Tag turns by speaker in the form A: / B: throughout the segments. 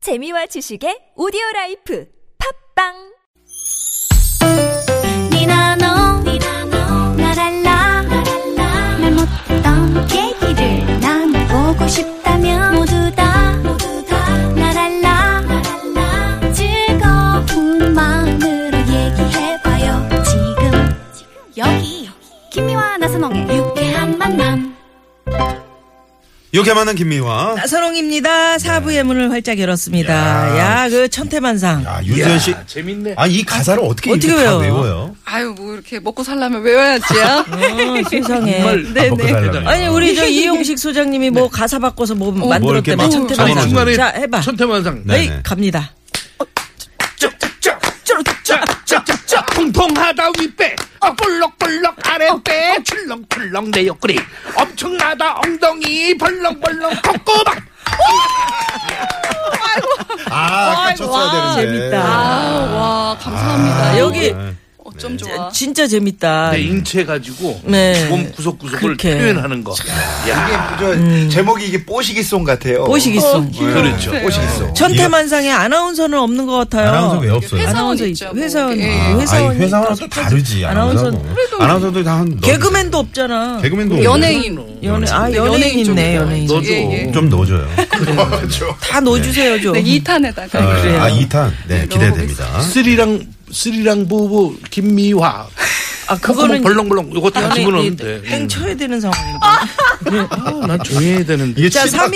A: 재미와 지식의 오디오 라이프 팝빵
B: 니나노 나랄라 말 못했던 얘기를 나눠보고 싶다면 모두 다 나랄라 즐거운 마음으로 얘기해봐요 지금 여기 김미와 나선홍의 유쾌한 만남
C: 이렇게 만난 김미화.
D: 나선홍입니다. 사부의
C: 네.
D: 문을 활짝 열었습니다. 야, 그 천태만상.
C: 아, 유지현 씨.
E: 재밌네.
C: 아, 이 가사를 어떻게,
D: 어떻게
C: 이렇게 다
D: 외워요?
C: 외워요?
F: 아유 뭐 이렇게 먹고 살려면 외워야지요.
D: 어, 세상에.
C: 아, 먹고 살라면.
D: 아니, 우리 저 이용식 소장님이
C: 네.
D: 뭐 가사 바꿔서 뭐 만들었대.
C: 어, 막
D: 천태만상.
C: 적어놓은
D: 자, 해봐.
E: 천태만상.
C: 네. 네네.
D: 에이, 갑니다.
E: 쫙쫙쫙쫙쫙쫙쫙 통통하다 윗배 어 볼록볼록 아랫배 출렁출렁 내 옆구리 엄청나다 엉덩이 벌렁벌렁 콧구멍
C: 아, 갇혔어야 되는데. 아,
D: 재밌다.
F: 아, 아와 감사합니다.
D: 아, 네. 여기
C: 네.
F: 어쩜 좋아.
D: 진짜 재밌다.
E: 내 인체 가지고
D: 네.
E: 몸 구석구석을
D: 그렇게.
E: 표현하는 거
G: 이게 저 제목이 이게 뽀시기송
C: 어,
G: 같아요.
D: 보시기송.
E: 그렇죠
G: 뽀시기송.
D: 천태만상에 아나운서는 없는 것 같아요.
C: 아나운서 왜 없어요?
F: 회사-
D: 아나운서
F: 회사원
D: 있죠.
F: 있죠, 뭐.
D: 회사원.
F: 예, 예.
C: 아,
D: 회사원.
C: 아니, 회사원은 또 다르지. 아나운서. 아나운서도 다 한.
D: 개그맨도 없잖아.
C: 개그맨도.
F: 연예인.
D: 연예, 아,
F: 근데
D: 연예인
F: 연예인
D: 있네,
F: 쪽이다.
D: 연예인.
E: 너도
F: 예, 예.
C: 좀 넣어줘요.
D: 다 넣어주세요, 좀.
F: 네, 2탄에다가
C: 아, 아, 2탄. 네, 기대됩니다.
E: 스리랑 스리랑 부부 김미화
D: 아,
E: 콧구멍
D: 그거는.
E: 벌렁벌렁 이것도 다
D: 연예인
E: 집어넣는데
D: 땡쳐야 되는 상황인데.
E: 난 조용히 해야 되는데
C: 이게
D: 자,
C: 치마-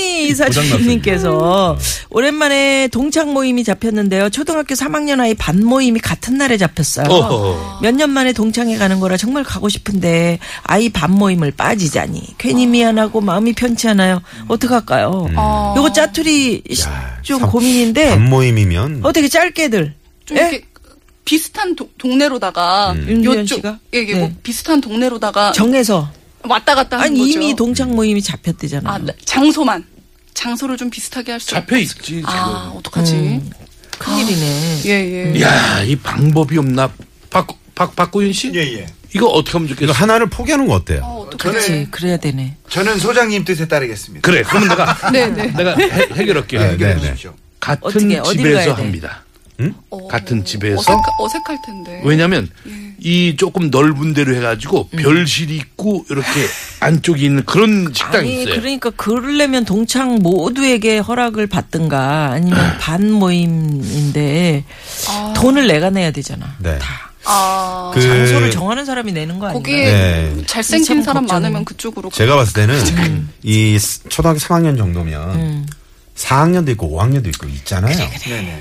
D: 3224님께서 오랜만에 동창 모임이 잡혔는데요. 초등학교 3학년 아이 반 모임이 같은 날에 잡혔어요.
C: 어허.
D: 몇 년 만에 동창회 가는 거라 정말 가고 싶은데 아이 반 모임을 빠지자니 괜히 미안하고 마음이 편치 않아요. 어떡할까요?
F: 아.
D: 요거 짜투리 시- 좀
C: 참,
D: 고민인데
C: 반 네. 모임이면.
D: 어떻게 짧게들
F: 좀
D: 예?
F: 이렇게 비슷한 도- 동네로다가
D: 음. 윤지현
F: 요쪽
D: 씨가?
F: 예, 이게 뭐
D: 네.
F: 비슷한 동네로다가
D: 정해서
F: 왔다 갔다 하는
D: 아니
F: 거죠.
D: 이미 동창 모임이 잡혔대잖아요.
F: 아 네, 장소만 장소를 좀 비슷하게 할 수.
E: 잡혀 있지
F: 아 어떡하지?
D: 음. 큰일이네.
F: 예예.
E: 야, 이 방법이 없나? 박, 박, 박구윤 씨?
G: 예, 예.
E: 이거 어떻게 하면
C: 이거
E: 좋겠어?
C: 하나를 포기하는 거 어때요?
D: 그렇지
F: 아, 어떡하지?
D: 그래야 되네.
G: 저는 소장님 뜻에 따르겠습니다. 예,
E: 그래, 그러면 내가,
F: 네네.
E: 내가 해, 해결할게요.
C: 네, 네, 네.
G: 해주십시오.
E: 같은
D: 어떻게, 어디로
E: 집에서
D: 가야 돼?
E: 합니다.
F: 어,
E: 같은 집에서.
F: 어색하, 어색할 텐데.
E: 왜냐면,
D: 예.
E: 이 조금 넓은 데로 해가지고, 별실이 있고, 이렇게 안쪽이 있는 그런 식당이
D: 음. 아니
E: 있어요.
D: 그러니까 그러려면 동창 모두에게 허락을 받든가 아니면
C: 네.
D: 반 모임인데 돈을 내가 내야 되잖아.
C: 네.
D: 다
F: 아
C: 그-
D: 장소를 정하는 사람이 내는 거 아니야?
F: 거기에
C: 네.
F: 잘생긴
D: 참
F: 사람
D: 걱정이네.
F: 많으면 그쪽으로.
C: 제가 봤을
D: 음.
C: 때는 이 스- 초등학교 3학년 정도면 4학년도 있고 5학년도 있고 있잖아요.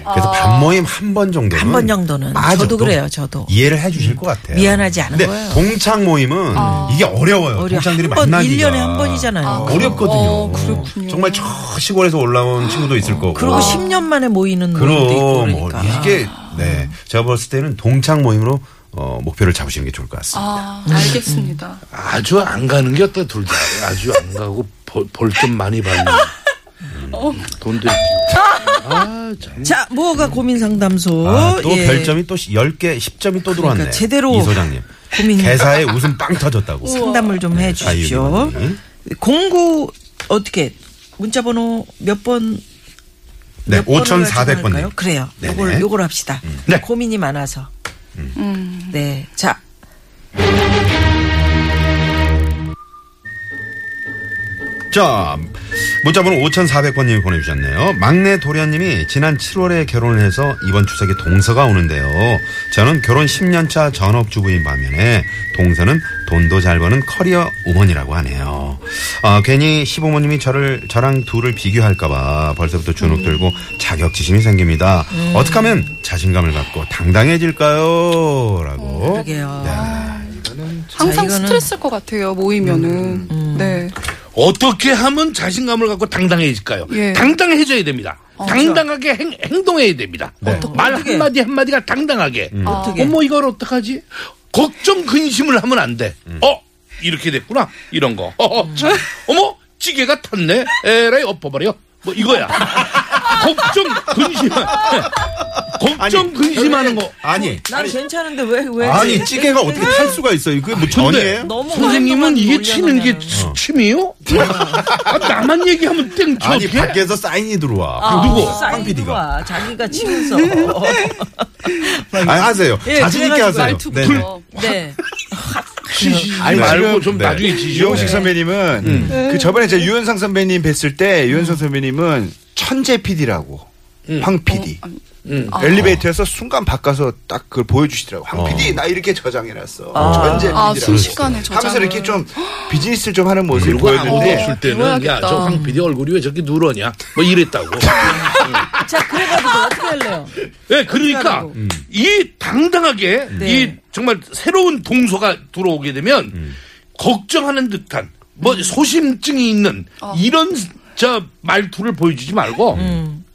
C: 그래서 반 모임 한 번 정도는
D: 어.
C: 아,
D: 한번 정도는. 저도 그래요, 저도.
C: 이해를 해 주실 것 같아요.
D: 미안하지 않은
C: 근데
D: 거예요.
C: 동창 모임은 이게 어려워요.
D: 어려워.
C: 동창들이
D: 한 번,
C: 만나기가.
D: 일 년에 한 번이잖아요. 아,
C: 어렵거든요.
F: 어, 그렇군요.
C: 정말 저 시골에서 올라온 친구도 있을 거고.
D: 그리고 10년 만에 모이는 모임도 있고
C: 그럼
D: 그러니까.
C: 어, 이게 네. 제가 봤을 때는 동창 모임으로 어, 목표를 잡으시는 게 좋을 것 같습니다.
F: 아 알겠습니다.
E: 아주 안 가는 게 어때, 둘 다. 아주 안 가고, 벌 좀 많이 받는.
D: 어.
E: 음, 돈도 있고. 아, 참.
D: 자, 뭐가 고민 상담소.
C: 아, 또
D: 예. 그러니까
C: 별점이 또 10개, 10점이 또 들어왔네.
D: 제대로 음.
C: 이
D: 어,
C: 소장님.
D: 고민-
C: 개사에 웃음 빵 터졌다고.
D: 상담을 좀 해 주십시오.
C: 자유민주주의.
D: 공구 어떻게 문자 번호 몇번
C: 네,
D: 몇 번으로
C: 5,400번.
D: 결정할까요?
C: 님.
D: 그래요.
C: 네네.
D: 요걸 요걸 합시다.
E: 네.
D: 고민이 많아서.
E: 음.
D: 네. 자.
C: 자, 문자번호 5,400번님이 보내주셨네요. 막내 도련님이 지난 7월에 결혼을 해서 이번 추석에 동서가 오는데요. 저는 결혼 10년차 전업주부인 반면에 동서는 돈도 잘 버는 커리어 우먼이라고 하네요. 아, 괜히 시부모님이 저를, 저랑 둘을 비교할까봐 벌써부터 주눅 들고 자격지심이 생깁니다.
D: 음.
C: 어떻게 하면 자신감을 갖고 당당해질까요? 라고.
D: 어, 그게요.
F: 항상
D: 이거는- 음,
F: 스트레스일 것 같아요 모이면은 네
E: 어떻게 하면 자신감을 갖고 당당해질까요?
F: 예.
E: 당당해져야 됩니다. 당당하게 행, 동해야 됩니다. 말
D: 어, 그렇죠. 네. 어떻게? 음. 아.
E: 한마디 한마디가 당당하게.
D: 어떻게?
E: 어머, 뭐 이걸 어떡하지? 걱정, 근심을 하면 안 돼.
C: 음.
E: 어? 이렇게 됐구나. 이런 거. 어,
D: 음.
E: 어, 참. 어머, 찌개가 탔네.
D: 아.
E: 에라이, 엎어버려. 뭐, 이거야. 걱정, 근심. 걱정 근심하는 거.
C: 아니.
D: 난 괜찮은데 왜, 왜.
C: 아니, 찌개가 어떻게 탈 수가 있어요?
E: 아,
C: 그게 뭐 전이에요?
D: 너무
E: 선생님은
D: 활동만
E: 이게
D: 몰려,
E: 치는 게
D: 그냥.
E: 수- 침이요? 아, 나만 얘기하면 땡 쳐.
C: 아니,
E: 어떡해?
C: 밖에서 사인이 들어와.
D: 아,
C: 누구?
D: 사인
C: 황 PD가.
D: 들어와. 자기가 치면서.
C: 아니, 하세요.
D: 예,
C: 자신있게
D: 그래가지고
C: 하세요.
F: 말투
C: 네.
F: 부터.
D: 네.
E: 아니
H: 네.
E: 말고 좀
C: 네.
E: 나중에 지시오.
H: 이용식 선배님은 그 저번에 제가 유현상 선배님 뵀을 때 유현상 선배님은 천재 PD라고 황 PD
D: 어, 음. 아.
H: 엘리베이터에서 순간 바꿔서 딱 그걸 보여주시더라고 황 PD 나 이렇게 저장해놨어 천재
F: 아,
H: PD라고
F: 순식간에
H: 하면서
F: 저장을.
H: 이렇게 좀 비즈니스를 좀 하는 모습을
E: 그리고 아무도
H: 보였는데
E: 없을 때는 야 저 황 PD 얼굴이 왜 저렇게 누러냐 뭐 이랬다고.
D: 자, 그래가지고 어떻게 할래요?
E: 예, 그러니까
H: 음.
E: 이 당당하게
D: 네.
E: 이 정말 새로운 동서가 들어오게 되면
H: 음.
E: 걱정하는 듯한 뭐 소심증이 있는
D: 어.
E: 이런 저 말투를 보여주지 말고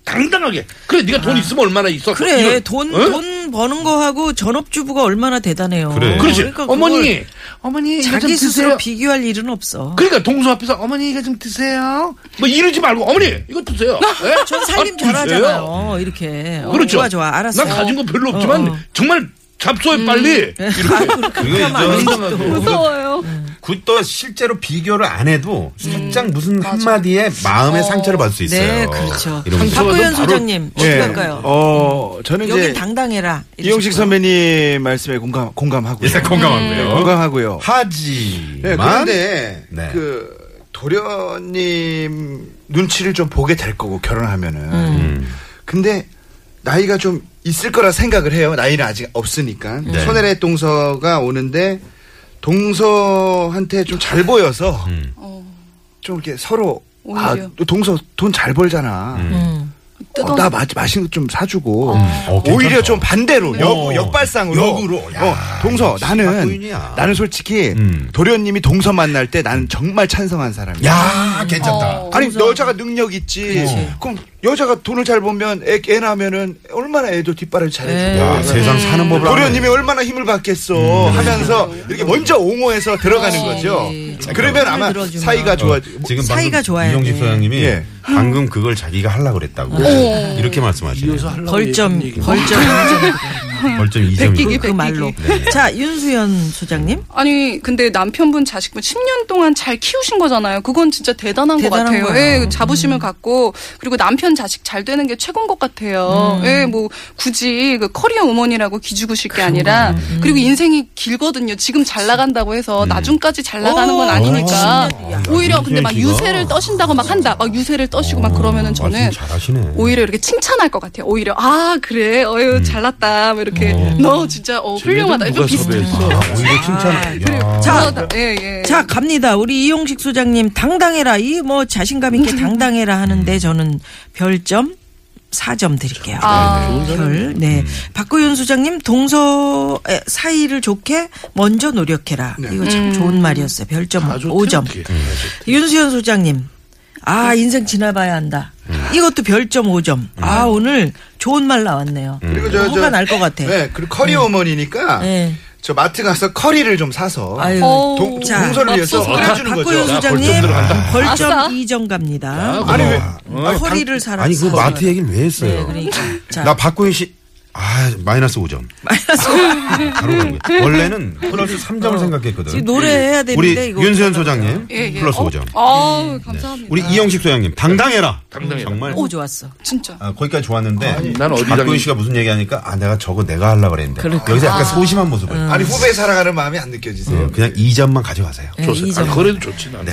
E: 당당하게 그래 네가 돈 있으면 얼마나
D: 음.
E: 있어
D: 아. 그래,
E: 이런,
D: 돈,
E: 응?
D: 돈 버는 거하고 전업주부가 얼마나 대단해요.
C: 그래.
E: 그렇지
D: 그러니까 그걸
E: 어머니 어머니 이거 좀
D: 자기 스스로
E: 드세요
D: 비교할 일은 없어.
E: 그러니까 동서 앞에서 어머니 이거 좀 드세요 뭐 이러지 말고 어머니 이거 드세요 예?
D: 전
E: 아,
D: 살림
E: 드세요.
D: 잘하잖아요. 이렇게. 어,
E: 그렇죠
D: 좋아, 좋아. 알았어.
E: 난 가진 거 별로 없지만
D: 어, 음. 네. 어.
E: 정말 잡숴요 빨리 네.
C: 그거 이제
E: 당당하게
F: 무서워요.
C: 그또 실제로 비교를 안 해도 살짝 무슨 한마디에 마음의 상처를 받을 수 있어요.
D: 네, 그렇죠.
C: 이런 거.
D: 박구현 소장님, 어떻게 할까요?
H: 예. 어 저는
D: 여긴
H: 이제
D: 당당해라.
H: 이용식 선배님 말씀에 공감 공감하고요
C: 일단 건강하고요.
H: 공감하고요
C: 예, 음. 하지만
H: 음. 네, 그런데
C: 네.
H: 그 도련님 눈치를 좀 보게 될 거고 결혼하면은.
D: 음.
C: 음.
H: 근데 나이가 좀 있을 거라 생각을 해요. 나이는 아직 없으니까.
C: 네.
H: 손혜래 동서가 오는데 동서한테 좀 잘 보여서
C: 음.
F: 어.
H: 좀 이렇게 서로 아,
F: 오히려. 음.
H: 너 동서 돈 잘 벌잖아.
C: 음.
F: 뜯어.
H: 어, 나 마, 맛있는 거 좀 사주고
C: 어, 괜찮다.
H: 오히려 좀 반대로
C: 어.
H: 역, 역발상으로
C: 역으로. 야,
H: 어, 동서
C: 역시
H: 나는
C: 박구인이야.
H: 나는 솔직히
C: 음.
H: 도련님이 동서 만날 때 나는 정말 찬성한 사람이야.
C: 야, 괜찮다.
F: 어.
H: 아니 여자가 능력 있지. 그럼 여자가 돈을 잘 벌면 애, 애 낳으면은 얼마나 애도 뒷발을 잘해주고
C: 야, 세상
D: 네.
C: 사는 법을
H: 도련님이 얼마나 힘을 받겠어
D: 음.
H: 하면서 이렇게 먼저 옹호해서 들어가는 거죠. 그러면
D: 힘을
H: 아마
D: 네. 들어주면.
H: 사이가
C: 좋아.
H: 좋아지. 뭐,
C: 지금
D: 사이가
C: 방금
D: 좋아야
C: 이용식
D: 돼.
C: 소장님이
H: 예.
C: 방금 그걸 자기가 하려고 그랬다고 이렇게 말씀하시네요.
D: 벌점, 벌점,
C: 벌점 2점이.
D: 그 말로. 자, 윤수연 소장님.
F: 아니 근데 남편분 자식분 10년 동안 잘 키우신 거잖아요. 그건 진짜 대단한 것
D: 대단한
F: 같아요.
D: 거예요.
F: 예, 자부심을 갖고 그리고 남편 자식 잘 되는 게 최고인 것 같아요. 예, 뭐 굳이 그 커리어 우먼이라고 기죽으실 게 아니라 그리고 인생이 길거든요. 지금 잘 나간다고 해서 나중까지 잘 나가는 건
D: 오,
F: 아니니까
D: 야,
F: 오히려 근데 막
C: 인생이 길어. 어,
F: 유세를 떠신다고 막 한다. 막 유세를 떠시고 막 그러면은 저는
C: 말씀 잘하시네.
F: 오히려 이렇게 칭찬할 것 같아요. 오히려 아 그래, 어유 잘났다, 뭐 이렇게 너 진짜 어, 훌륭하다.
E: 누가
F: 좀 비슷해.
E: 섭외했어?
C: 아, 오히려 칭찬. 야. 음.
D: 자,
F: 예, 예.
D: 자, 갑니다. 우리 이용식 소장님, 당당해라. 이 뭐 자신감 있게 당당해라 하는데 저는 별점 4점 드릴게요.
F: 아.
D: 별, 네. 박구윤 소장님, 동서의 사이를 좋게 먼저 노력해라. 이거 참 좋은 말이었어요. 별점
E: 아주
D: 5점.
E: 특이해.
D: 음. 예. 윤수현 소장님. 아, 인생 지나봐야 한다.
C: 음.
D: 이것도 별점 5점. 아, 오늘 좋은 말 나왔네요.
C: 음.
H: 그리고 저, 저,
D: 뭐가 날 것 같아.
H: 네, 그리고 커리어 어머니니까
D: 네.
H: 저 마트 가서 커리를 좀 사서
D: 아유.
F: 어.
H: 동,
D: 자,
H: 동서를 아, 위해서
F: 맙소사.
H: 끓여주는
D: 박구윤
H: 거죠.
C: 아,
D: 소장님,
E: 벌점 들어간다.
D: 벌점
F: 아싸.
D: 이 2점 갑니다. 음,
H: 아니 왜
D: 허리를 살았어.
C: 그,
D: 네,
C: 아니, 그 마트 얘기를 왜 했어요?
D: 그러니까. 자,
C: 나 박구윤 씨. 아, 마이너스 5점. 마이너스 5점. 원래는 플러스 3점을 생각했거든.
D: 어. 지금 노래해야
C: 우리
D: 되는데 이거
C: 윤수현 소장님
F: 예, 예.
C: 플러스
F: 어?
C: 5점.
F: 아우, 감사합니다.
C: 우리 이영식 소장님 당당해라.
E: 당당해라.
C: 정말
D: 오 좋았어.
F: 진짜.
C: 아, 거기까지 좋았는데
E: 난 어디
C: 박구윤
E: 당연히-
C: 씨가 무슨 얘기하니까 아 내가 저거 내가 하려고 그랬는데 여기서 약간 소심한 모습을
D: 음.
H: 아니 후배 살아가는 마음이 안 느껴지세요?
C: 어, 그냥 2점만 가져가세요.
E: 좋습니다.
D: 네, 이 점.
E: 아, 그래도 좋지 나.
C: 네.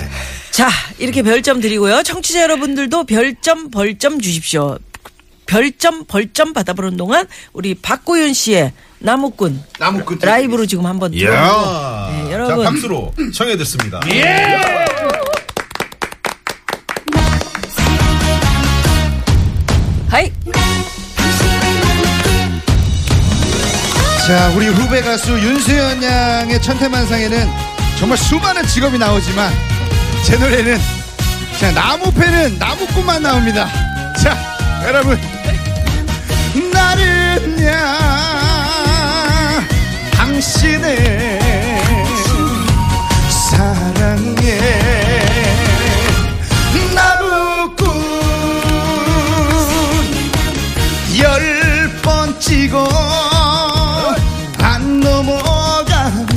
D: 자, 이렇게 별점 드리고요. 청취자 여러분들도 별점 벌점 주십시오. 별점 벌점 받아보는 동안 우리 박고윤 씨의 나무꾼
H: 나무 끝
D: 라이브로 지금 한번
C: 이야.
D: 들어보고. 예. 네, 여러분.
C: 자 박수로 청해 듣습니다.
D: 하이.
I: 자, 우리 후배 가수 윤수연 양의 천태만상에는 정말 수많은 직업이 나오지만 제 노래는 자, 나무패는 나무꾼만 나옵니다. 자, 여러분. 나는 야 당신의 사랑에 나무꾼 열 번
H: 찌고 안 넘어가면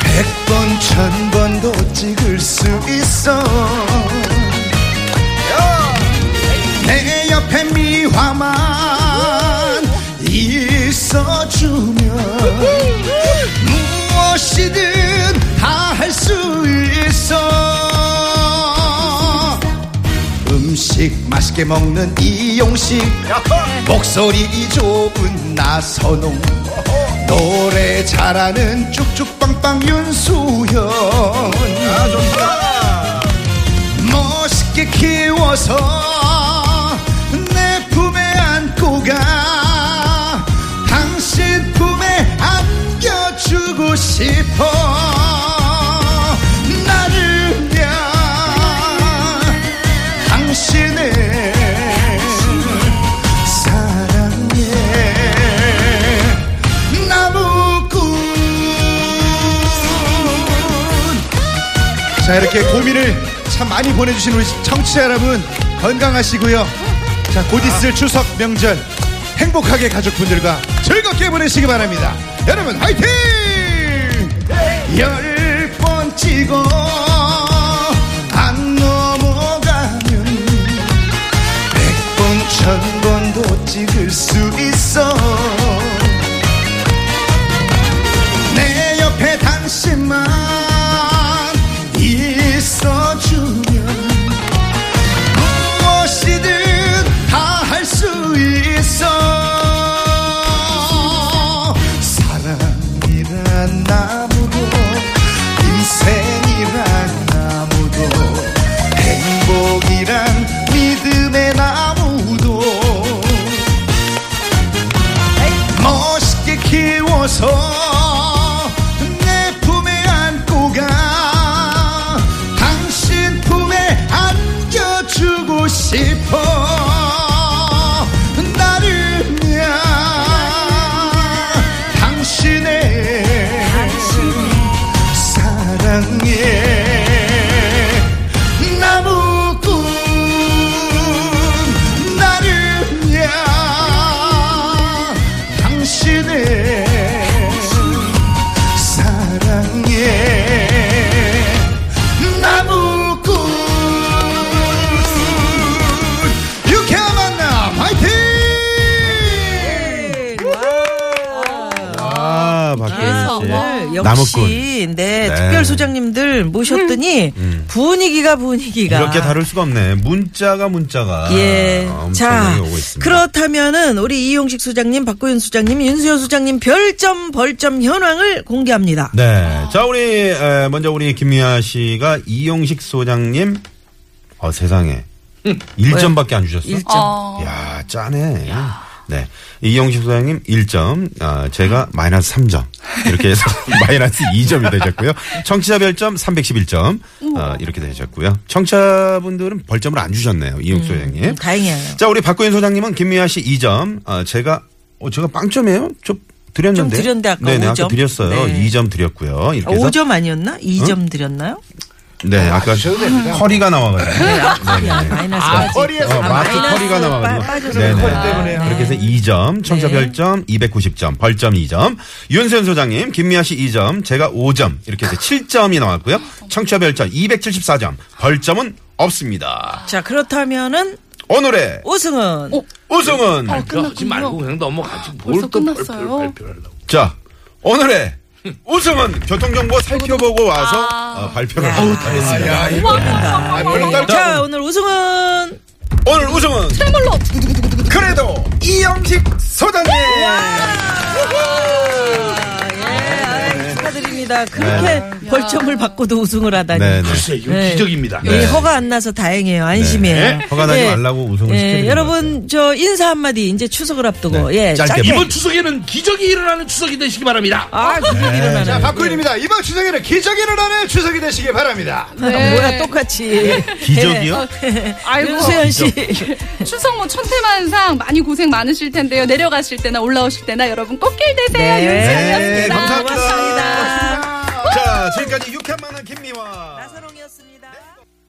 H: 백 번 천 번도 찍을 수 있어 내 옆에 미화만 있어주면 무엇이든 다 할 수 있어 음식 맛있게 먹는 이용식 목소리 좋은 나선홍 노래 잘하는 쭉쭉빵빵 윤수현 아 좋다 멋있게 키워서 내 품에 안고 가 당신 품에 안겨주고 싶어 나를 위한 당신의 사랑의 나무꾼 자 이렇게 고민을 참 많이 보내주신 우리 청취자 여러분 건강하시고요 자곧 있을 추석 명절 행복하게 가족분들과 즐겁게 보내시기 바랍니다 여러분 화이팅 열 번 찍어 안 넘어가면 백 번 천 번도 찍을 수 있어 내 옆에 당신만 있어주면 무엇이든 다 할 수 있어 사랑이란 나무도 인생이란 나무도 행복이란 믿음의 나무도 멋있게 키워서 내 품에 안고 가 당신 품에 안겨주고 싶어 나를 위한 당신의 사랑의 나무꾼 나를 위한 당신의 사랑의 나무꾼 유쾌한 만남 화이팅
D: 네.
C: 아,
D: 아,
C: 박혜진 씨.
D: 오늘 역시
C: 나무꾼.
D: 네,
C: 네. 음.
D: 특별 소장님들 모셨더니 분위기가 분위기가
C: 이렇게 다룰 수가 없네. 문자가 문자가.
D: 예. 자,
C: 엄청나게 오고 있습니다.
D: 그렇다면은 우리 이용식 소장님, 박고윤 소장님, 윤수현 소장님 별점 벌점 현황을 공개합니다.
C: 네. 자, 우리, 에, 먼저 우리 김미아 씨가 이용식 소장님, 어, 세상에. 1점밖에 안 주셨어.
D: 음.
F: 아,
D: 일점. 아.
C: 야 짜네. 네. 이용식 소장님 1점, 아, 제가 마이너스 3점. 이렇게 해서 마이너스 2점이 되셨고요. 청취자 별점 311점. 아, 이렇게 되셨고요. 청취자분들은 벌점을 안 주셨네요. 이용식 소장님.
D: 음, 다행이에요.
C: 자, 우리 박구현 소장님은 김미아 씨 2점. 아, 제가, 어, 제가 빵점이에요? 저 드렸는데.
D: 좀 드렸는데 아까
C: 네네,
D: 오
C: 아까
D: 점.
C: 드렸어요.
D: 네.
C: 2점 드렸고요. 이렇게 해서.
D: 5점 아니었나? 2점 드렸나요?
C: 네, 아까
G: 주셔도 됩니다.
C: 커리가 나와가지고.
G: 아,
D: 네, 마이너스까지.
G: 허리에서
C: 어, 마트 커리가
D: 빠-
C: 나와가지고.
D: 빠져서
C: 네네. 아,
G: 그런 거리 때문에.
C: 그렇게 해서 2점, 청자
D: 네.
C: 별점 290점, 벌점 2점, 윤수현 소장님, 김미아 씨 2점, 제가 5점, 이렇게 해서 7점이 나왔고요. 청자 별점 274점, 벌점은 없습니다.
D: 자, 그렇다면은
C: 오늘의
D: 오승은
C: 우승은
E: 그러지 말고 그냥 넘어가지.
D: 아,
E: 뭘또
F: 벌써 끝났어요?
E: 발표하려고.
C: 자, 오늘의 우승은 교통정보 살펴보고 와서
D: 아.
C: 어, 발표를 하도록 하겠습니다.
D: 자, 오늘 우승은
C: 오늘 우승은 그래도 이영식 소장님!
D: 네, 축하드립니다. 그렇게 벌점을 받고도 우승을 하다니.
C: 네, 네.
E: 글쎄, 이거
D: 네.
E: 기적입니다.
D: 예, 허가 안 나서 다행이에요. 안심이에요.
E: 네.
C: 허가 나지
D: 예.
C: 말라고 우승을
D: 예,
C: 시키는
D: 여러분 저 인사 한마디 이제 추석을 앞두고
C: 네,
D: 예.
C: 짧게.
D: 짧게.
E: 이번 추석에는 기적이 일어나는 추석이 되시기 바랍니다.
D: 아, 그게 일어나네.
G: 자, 박구인입니다. 이번 추석에는 기적이 일어나는 추석이 되시기 바랍니다.
D: 네. 뭐야 똑같이.
C: 기적이요?
F: 네.
D: 네.
F: 아이고
D: 윤수현 씨.
F: 추석 뭐 천태만상 많이 고생 많으실 텐데요. 내려가실 때나 올라오실 때나 여러분 꽃길
D: 네.
F: 네. 되세요. 윤수현이었습니다.
C: 감사합니다.
D: 고맙습니다.
C: 자, 지금까지 유쾌한 만남 김미화.